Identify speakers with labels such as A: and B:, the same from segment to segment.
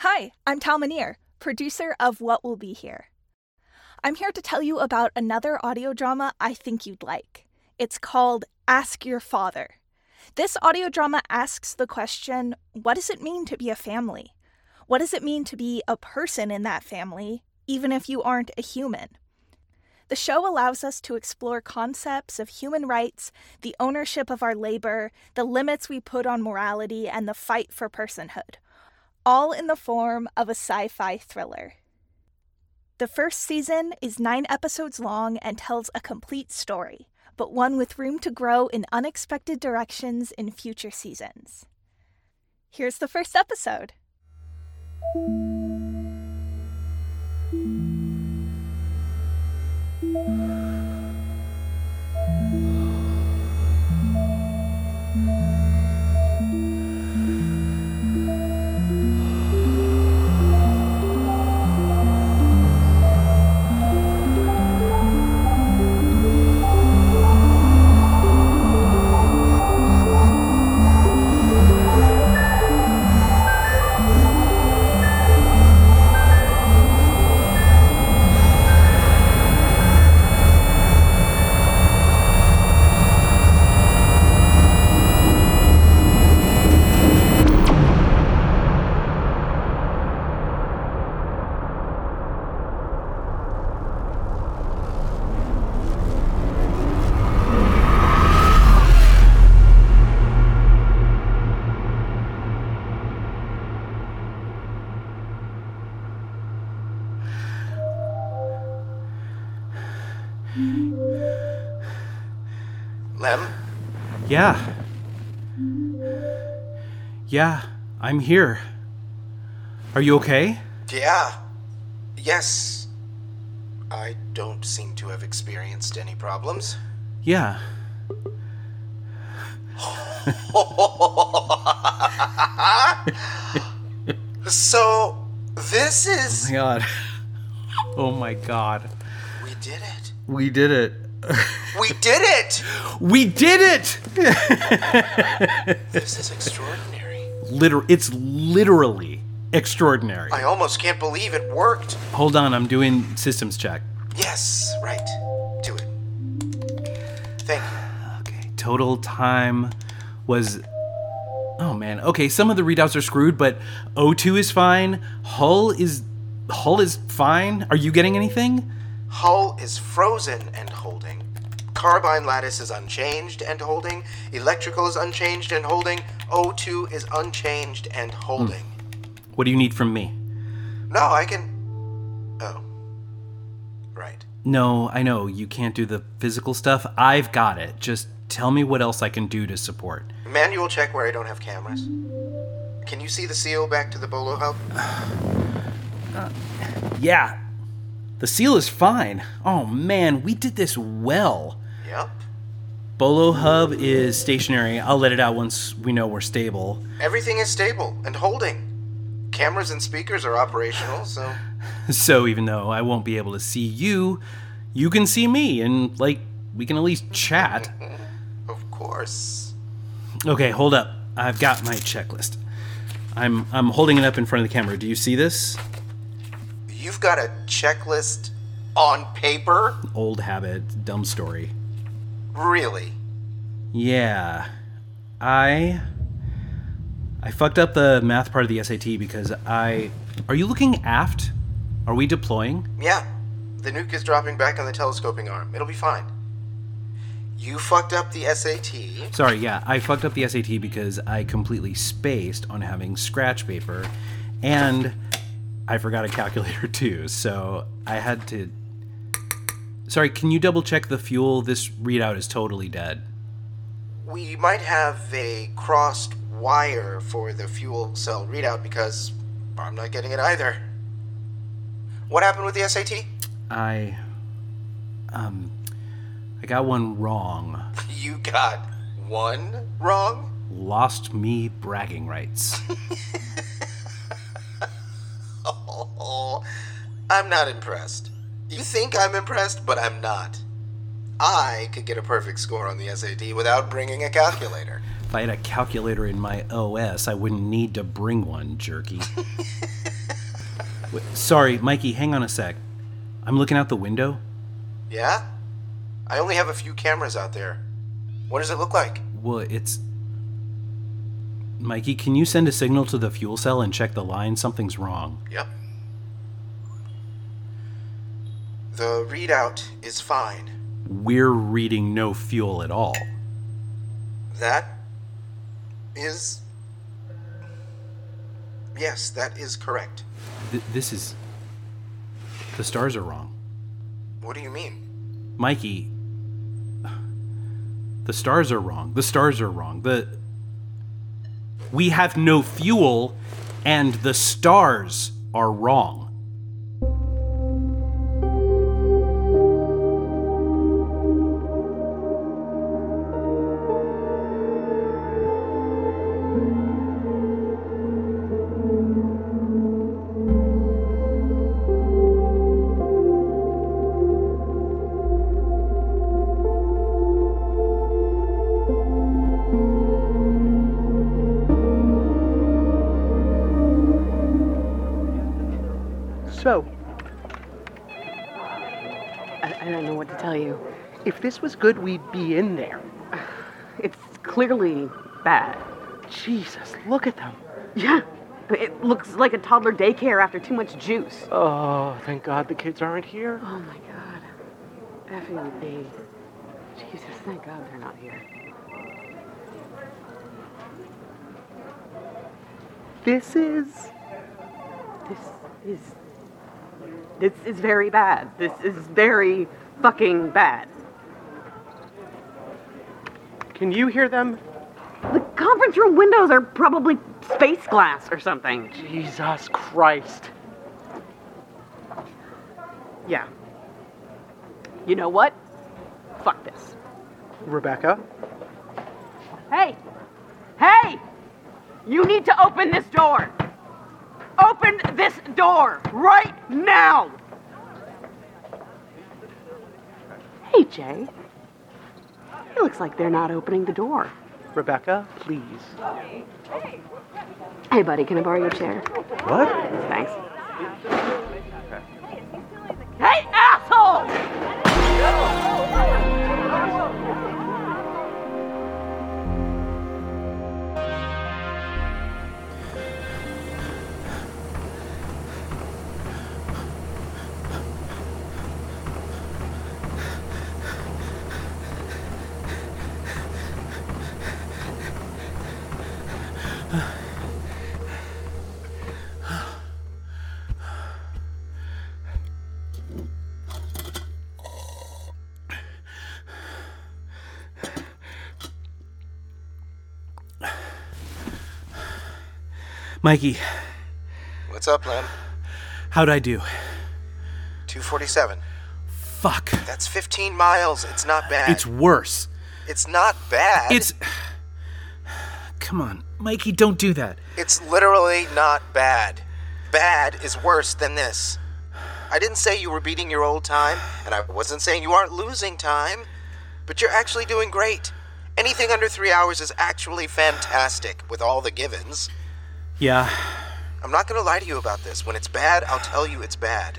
A: Hi, I'm Tal Manier, producer of What Will Be Here. I'm here to tell you about another audio drama I think you'd like. It's called Ask Your Father. This audio drama asks the question what does it mean to be a family? What does it mean to be a person in that family, even if you aren't a human? The show allows us to explore concepts of human rights, the ownership of our labor, the limits we put on morality, and the fight for personhood, all in the form of a sci fi thriller. The first season is nine episodes long and tells a complete story, but one with room to grow in unexpected directions in future seasons. Here's the first episode.
B: Lem?
C: Yeah. Yeah, I'm here. Are you okay?
B: Yeah. Yes. I don't seem to have experienced any problems.
C: Yeah.
B: So, this
C: Oh
B: is.
C: my god. Oh my god.
B: We did it.
C: We did it.
B: We did it!
C: we did it!
B: This is extraordinary.
C: Liter- it's literally extraordinary.
B: I almost can't believe it worked.
C: Hold on, I'm doing systems check.
B: Yes, right. Do it. Thank you.
C: Okay, total time was. Oh man. Okay, some of the readouts are screwed, but O2 is fine. Hull is Hull is fine. Are you getting anything?
B: Hull is frozen and holding. Carbine lattice is unchanged and holding. Electrical is unchanged and holding. O2 is unchanged and holding.
C: What do you need from me?
B: No, I can. Oh. Right.
C: No, I know you can't do the physical stuff. I've got it. Just tell me what else I can do to support.
B: Manual check where I don't have cameras. Can you see the seal back to the bolo hub?
C: Yeah. The seal is fine. Oh man, we did this well.
B: Yep.
C: Bolo hub is stationary. I'll let it out once we know we're stable.
B: Everything is stable and holding. Cameras and speakers are operational, so.
C: So even though I won't be able to see you, you can see me and like we can at least chat.
B: Of course.
C: Okay, hold up. I've got my checklist. I'm I'm holding it up in front of the camera. Do you see this?
B: You've got a checklist on paper?
C: Old habit, dumb story.
B: Really?
C: Yeah. I I fucked up the math part of the SAT because I Are you looking aft? Are we deploying?
B: Yeah. The nuke is dropping back on the telescoping arm. It'll be fine. You fucked up the SAT.
C: Sorry, yeah, I fucked up the SAT because I completely spaced on having scratch paper and I forgot a calculator too. So I had to Sorry, can you double check the fuel? This readout is totally dead.
B: We might have a crossed wire for the fuel cell readout because I'm not getting it either. What happened with the SAT?
C: I um I got one wrong.
B: You got one wrong?
C: Lost me bragging rights.
B: Oh, I'm not impressed. You think I'm impressed, but I'm not. I could get a perfect score on the SAT without bringing a calculator.
C: If I had a calculator in my OS, I wouldn't need to bring one, jerky. Wait, Sorry, Mikey, hang on a sec. I'm looking out the window.
B: Yeah? I only have a few cameras out there. What does it look like?
C: Well, it's. Mikey, can you send a signal to the fuel cell and check the line? Something's wrong.
B: Yep. The readout is fine.
C: We're reading no fuel at all.
B: That is. Yes, that is correct.
C: Th- this is. The stars are wrong.
B: What do you mean?
C: Mikey, the stars are wrong. The stars are wrong. The we have no fuel, and the stars are wrong.
D: So,
E: I, I don't know what to tell you.
D: if this was good, we'd be in there.
E: It's clearly bad.
D: Jesus, look at them.
E: Yeah, but it looks like a toddler daycare after too much juice.
D: Oh, thank God the kids aren't here.
E: Oh my god. Effing me. Jesus, thank God they're not here.
D: This is.
E: This is. This is very bad. This is very fucking bad.
D: Can you hear them?
E: The conference room windows are probably space glass or something.
D: Jesus Christ.
E: Yeah. You know what? Fuck this.
D: Rebecca?
E: Hey! Hey! You need to open this door! Open this door right now! Hey, Jay. It looks like they're not opening the door.
D: Rebecca, please.
E: Hey, buddy, can I borrow your chair?
D: What?
E: Thanks. Hey, asshole!
C: Mikey,
B: What's up, Len?
C: how'd I do?
B: 247.
C: Fuck.
B: That's 15 miles. It's not bad.
C: It's worse.
B: It's not bad.
C: It's. Come on, Mikey, don't do that.
B: It's literally not bad. Bad is worse than this. I didn't say you were beating your old time, and I wasn't saying you aren't losing time, but you're actually doing great. Anything under three hours is actually fantastic with all the givens.
C: Yeah,
B: I'm not gonna lie to you about this. When it's bad, I'll tell you it's bad.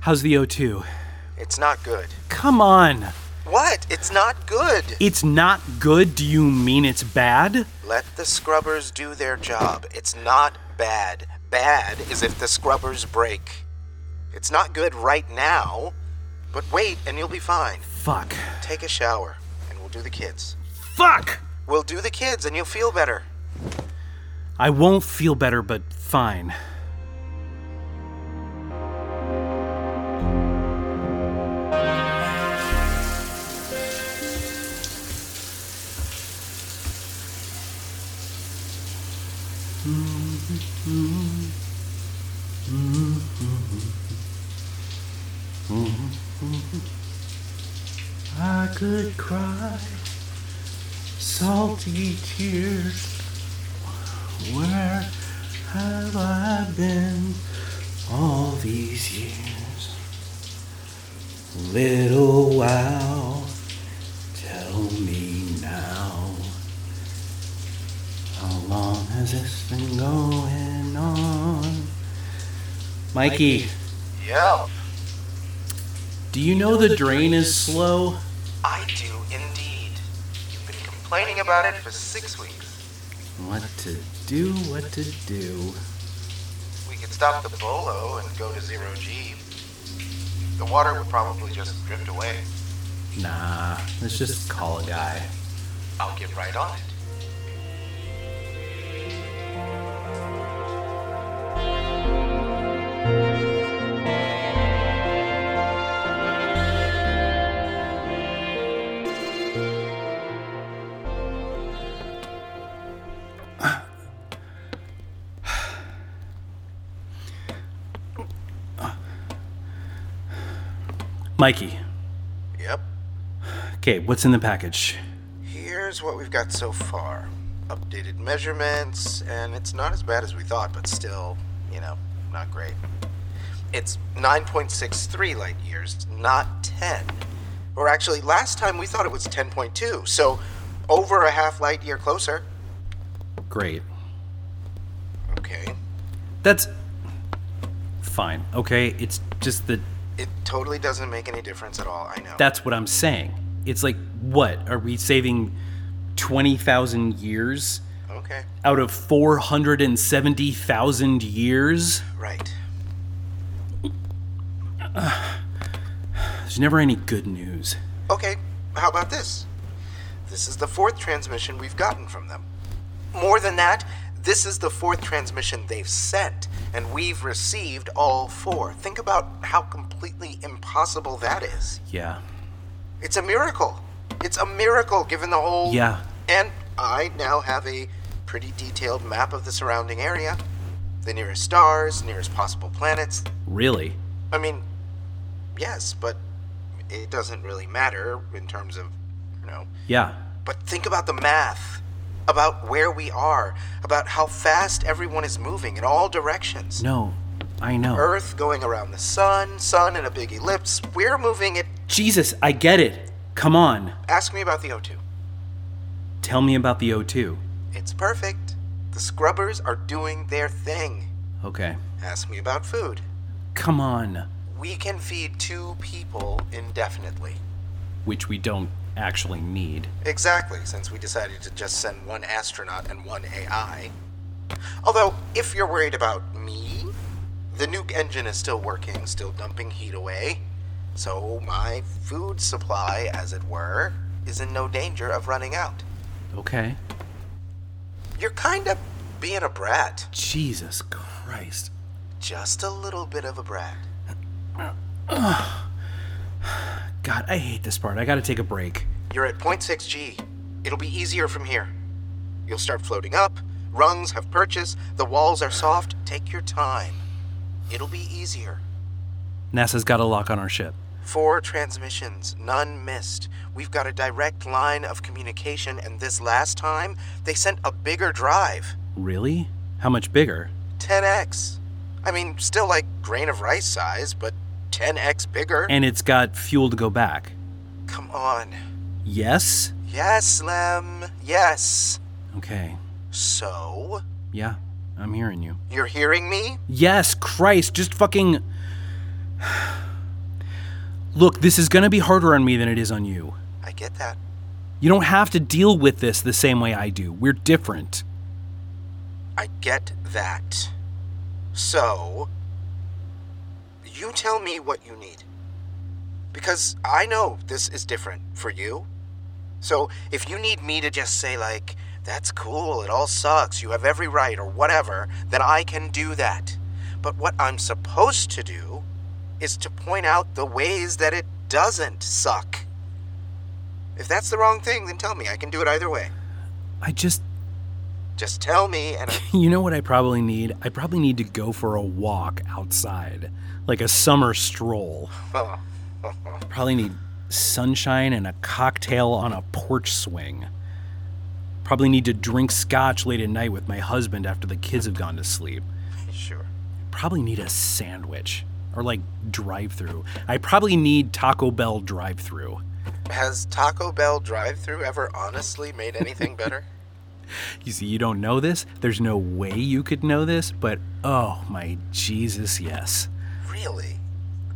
C: how's the O2?
B: It's not good.
C: Come on.
B: What? It's not good!
C: It's not good. Do you mean it's bad?
B: Let the scrubbers do their job. It's not bad. Bad is if the scrubbers break. It's not good right now, but wait and you'll be fine.
C: Fuck.
B: Take a shower and we'll do the kids.
C: Fuck!
B: We'll do the kids and you'll feel better.
C: I won't feel better, but fine. I could cry salty tears. Where have I been all these years? Little while, tell me now. has this been going on? Mikey,
B: Yeah,
C: do you know the drain is slow?
B: I do indeed. You've been complaining about it for six weeks.
C: What to do? What to do?
B: We could stop the bolo and go to zero G. The water would probably just drift away.
C: Nah, let's just call a guy.
B: I'll get right on it.
C: Mikey,
B: Yep.
C: okay, what's in the package?
B: Here's what we've got so far updated measurements, and it's not as bad as we thought, but still, you know, not great. It's 9.63 light years, not 10. Or actually, last time we thought it was 10.2, so over a half light year closer.
C: Great.
B: Okay.
C: That's fine. Okay, it's just that
B: It totally doesn't make any difference at all, I know.
C: that's what I'm saying. It's like, what? Are we saving 20,000 years
B: okay,
C: out of 470,000 years?
B: right.
C: There's never any good news.
B: Okay, how about this? This is the fourth transmission we've gotten from them. More than that, this is the fourth transmission they've sent, and we've received all four. Think about how completely impossible that is.
C: Yeah.
B: It's a miracle. It's a miracle given the whole.
C: Yeah.
B: And I now have a pretty detailed map of the surrounding area the nearest stars, nearest possible planets,
C: Really?
B: I mean, yes, but it doesn't really matter in terms of, you know.
C: Yeah.
B: But think about the math, about where we are, about how fast everyone is moving in all directions.
C: No, I know.
B: Earth going around the sun, sun in a big ellipse. We're moving it.
C: Jesus, I get it. Come on.
B: Ask me about the O2.
C: Tell me about the O2.
B: It's perfect. The scrubbers are doing their thing.
C: Okay.
B: Ask me about food.
C: Come on.
B: We can feed two people indefinitely.
C: Which we don't actually need.
B: Exactly, since we decided to just send one astronaut and one AI. Although, if you're worried about me, the nuke engine is still working, still dumping heat away. So, my food supply, as it were, is in no danger of running out.
C: Okay.
B: You're kind of being a brat.
C: Jesus Christ.
B: Just a little bit of a brat.
C: God, I hate this part. I gotta take a break.
B: You're at 0.6 G. It'll be easier from here. You'll start floating up, rungs have purchase, the walls are soft. Take your time. It'll be easier.
C: NASA's got a lock on our ship.
B: Four transmissions, none missed. We've got a direct line of communication, and this last time, they sent a bigger drive
C: Really? How much bigger?
B: 10x. I mean, still like grain of rice size, but 10x bigger.
C: And it's got fuel to go back.
B: Come on.
C: Yes?
B: Yes, Lem. Yes.
C: Okay.
B: So,
C: Yeah, I'm hearing you.
B: you're hearing me?
C: Yes, Christ, just fucking. Look, this is gonna be harder on me than it is on you.
B: I get that.
C: You don't have to deal with this the same way I do. We're different.
B: I get that. So, you tell me what you need. Because I know this is different for you. So, if you need me to just say, like, that's cool, it all sucks, you have every right, or whatever, then I can do that. But what I'm supposed to do is to point out the ways that it doesn't suck. If that's the wrong thing, then tell me. I can do it either way.
C: I just.
B: Just tell me, and I
C: You know what I probably need? I probably need to go for a walk outside, like a summer stroll. Probably need sunshine and a cocktail on a porch swing. Probably need to drink scotch late at night with my husband after the kids have gone to sleep.
B: Sure.
C: Probably need a sandwich or like drive through. I probably need Taco Bell drive through.
B: Has Taco Bell drive-through ever honestly made anything better?
C: You see, you don't know this. There's no way you could know this, but oh my Jesus, yes.
B: Really?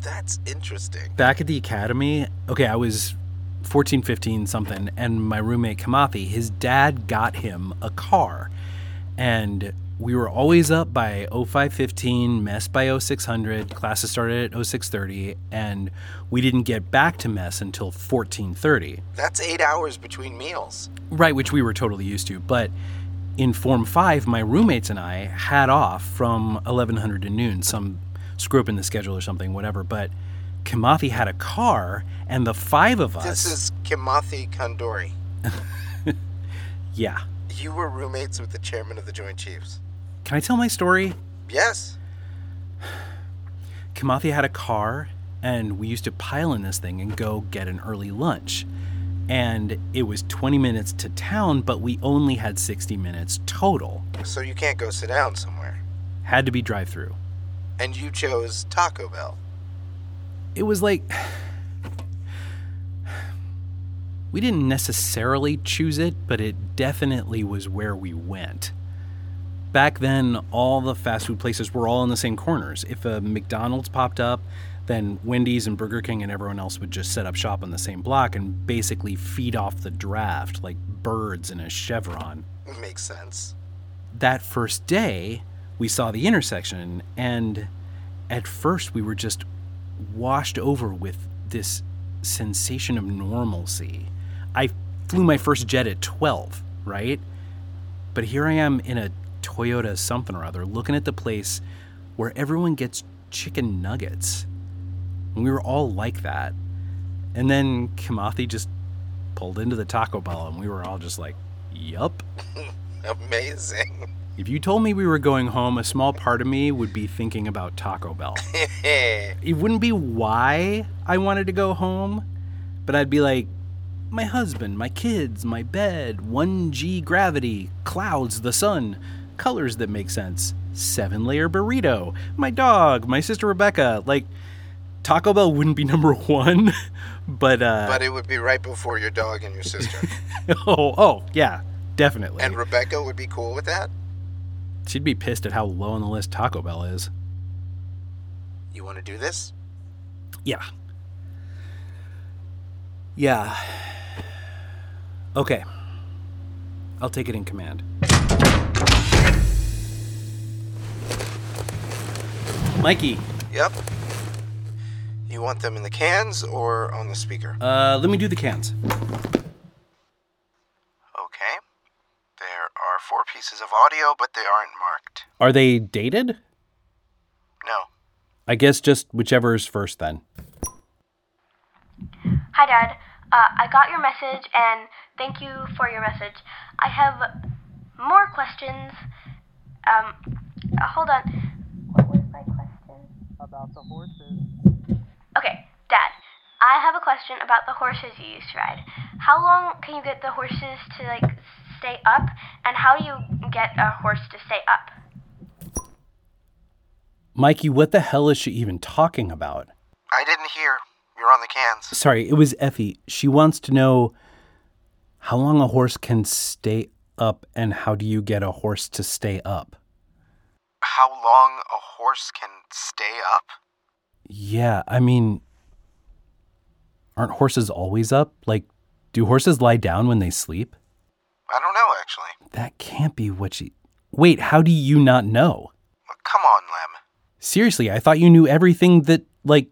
B: That's interesting.
C: back at the academy, okay, I was 14, 15, something, and my roommate Kamathi, his dad got him a car. And we were always up by 0515, mess by 0600, classes started at 0630, and we didn't get back to mess until 1430.
B: That's eight hours between meals.
C: Right, which we were totally used to. But in Form 5, my roommates and I had off from 1100 to noon, some screw up in the schedule or something, whatever. But Kamathi had a car, and the five of us.
B: This is Kimathi Kondori.
C: yeah.
B: You were roommates with the chairman of the Joint Chiefs.
C: Can I tell my story?
B: Yes.
C: Kamathi had a car, and we used to pile in this thing and go get an early lunch. And it was 20 minutes to town, but we only had 60 minutes total.
B: So you can't go sit down somewhere.
C: Had to be drive through.
B: And you chose Taco Bell.
C: it was like we didn't necessarily choose it, but it definitely was where we went. Back then, all the fast food places were all in the same corners. If a McDonald's popped up, then Wendy's and Burger King and everyone else would just set up shop on the same block and basically feed off the draft like birds in a chevron
B: Makes sense.
C: that first day, we saw the intersection, and at first we were just washed over with this sensation of normalcy. I flew my first jet at 12, right? But here I am in a Toyota something or other, looking at the place where everyone gets chicken nuggets. And we were all like that. And then Kamathi just pulled into the Taco Bell, and we were all just like, yup.
B: Amazing.
C: If you told me we were going home, a small part of me would be thinking about Taco Bell. it wouldn't be why I wanted to go home, but I'd be like, my husband, my kids, my bed, 1G gravity, clouds, the sun, colors that make sense, seven layer burrito, my dog, my sister Rebecca. Like, Taco Bell wouldn't be number one, but, uh,
B: but it would be right before your dog and your sister.
C: oh, oh, yeah, definitely.
B: and Rebecca would be cool with that?
C: She'd be pissed at how low on the list Taco Bell is.
B: You want to do this?
C: Yeah. Yeah. Okay. I'll take it in command. Mikey,
B: Yep. You want them in the cans or on the speaker?
C: uh, let me do the cans.
B: Okay. There are four pieces of audio, but they aren't marked.
C: Are they dated?
B: No.
C: I guess just whichever is first then.
F: Hi, Dad. Uh, I got your message and thank you for your message. I have more questions. Um, uh, hold on. What was my question? About the horses. Okay, Dad. I have a question about the horses you used to ride. How long can you get the horses to like stay up, and how do you get a horse to stay up?
C: Mikey, what the hell is she even talking about?
B: I didn't hear. You're on the cans.
C: Sorry, it was Effie. She wants to know how long a horse can stay up and how do you get a horse to stay up?
B: How long a horse can stay up?
C: Yeah, I mean, aren't horses always up? Like, do horses lie down when they sleep?
B: I don't know, actually.
C: That can't be what she. Wait, how do you not know?
B: Well, Come on, Lem.
C: Seriously, I thought you knew everything that, like,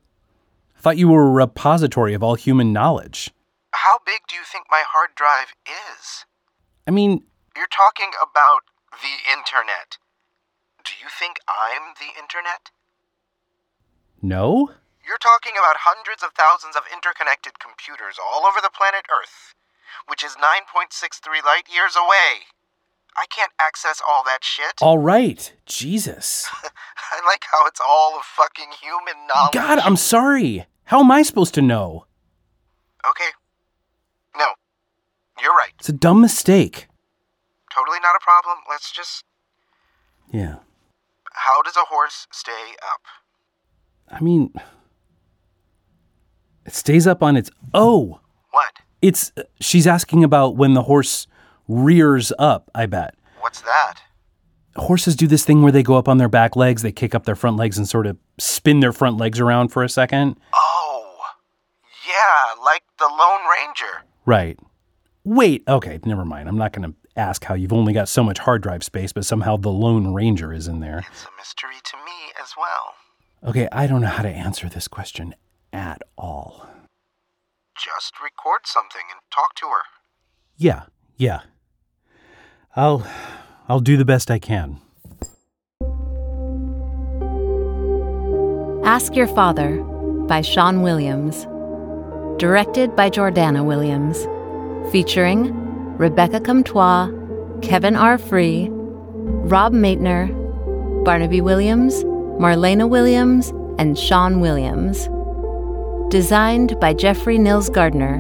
C: I thought you were a repository of all human knowledge.
B: How big do you think my hard drive is?
C: I mean,
B: You're talking about the internet. Do you think I'm the internet?
C: no?
B: You're talking about hundreds of thousands of interconnected computers all over the planet Earth, which is 9.63 light years away. I can't access all that shit.
C: All right, Jesus.
B: I like how it's all of fucking human knowledge.
C: God, I'm sorry. How am I supposed to know?
B: Okay. No. You're right.
C: It's a dumb mistake.
B: Totally not a problem. Let's just.
C: Yeah.
B: How does a horse stay up?
C: I mean, it stays up on its. Oh!
B: What?
C: It's she's asking about when the horse rears up, I bet.
B: What's that?
C: Horses do this thing where they go up on their back legs, they kick up their front legs and sort of spin their front legs around for a second.
B: Oh, yeah, like the Lone Ranger.
C: Right. Wait, okay, never mind. I'm not going to ask how you've only got so much hard drive space, but somehow the Lone Ranger is in there.
B: It's a mystery to me as well.
C: Okay, I don't know how to answer this question at all.
B: Just record something and talk to her.
C: Yeah, yeah. I'll I'll do the best I can.
G: Ask Your Father by Sean Williams. Directed by Jordana Williams. Featuring Rebecca Comtois, Kevin R. Free, Rob Maitner, Barnaby Williams, Marlena Williams, and Sean Williams. Designed by Jeffrey Nils Gardner.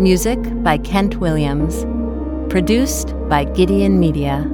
G: Music by Kent Williams. Produced by Gideon Media.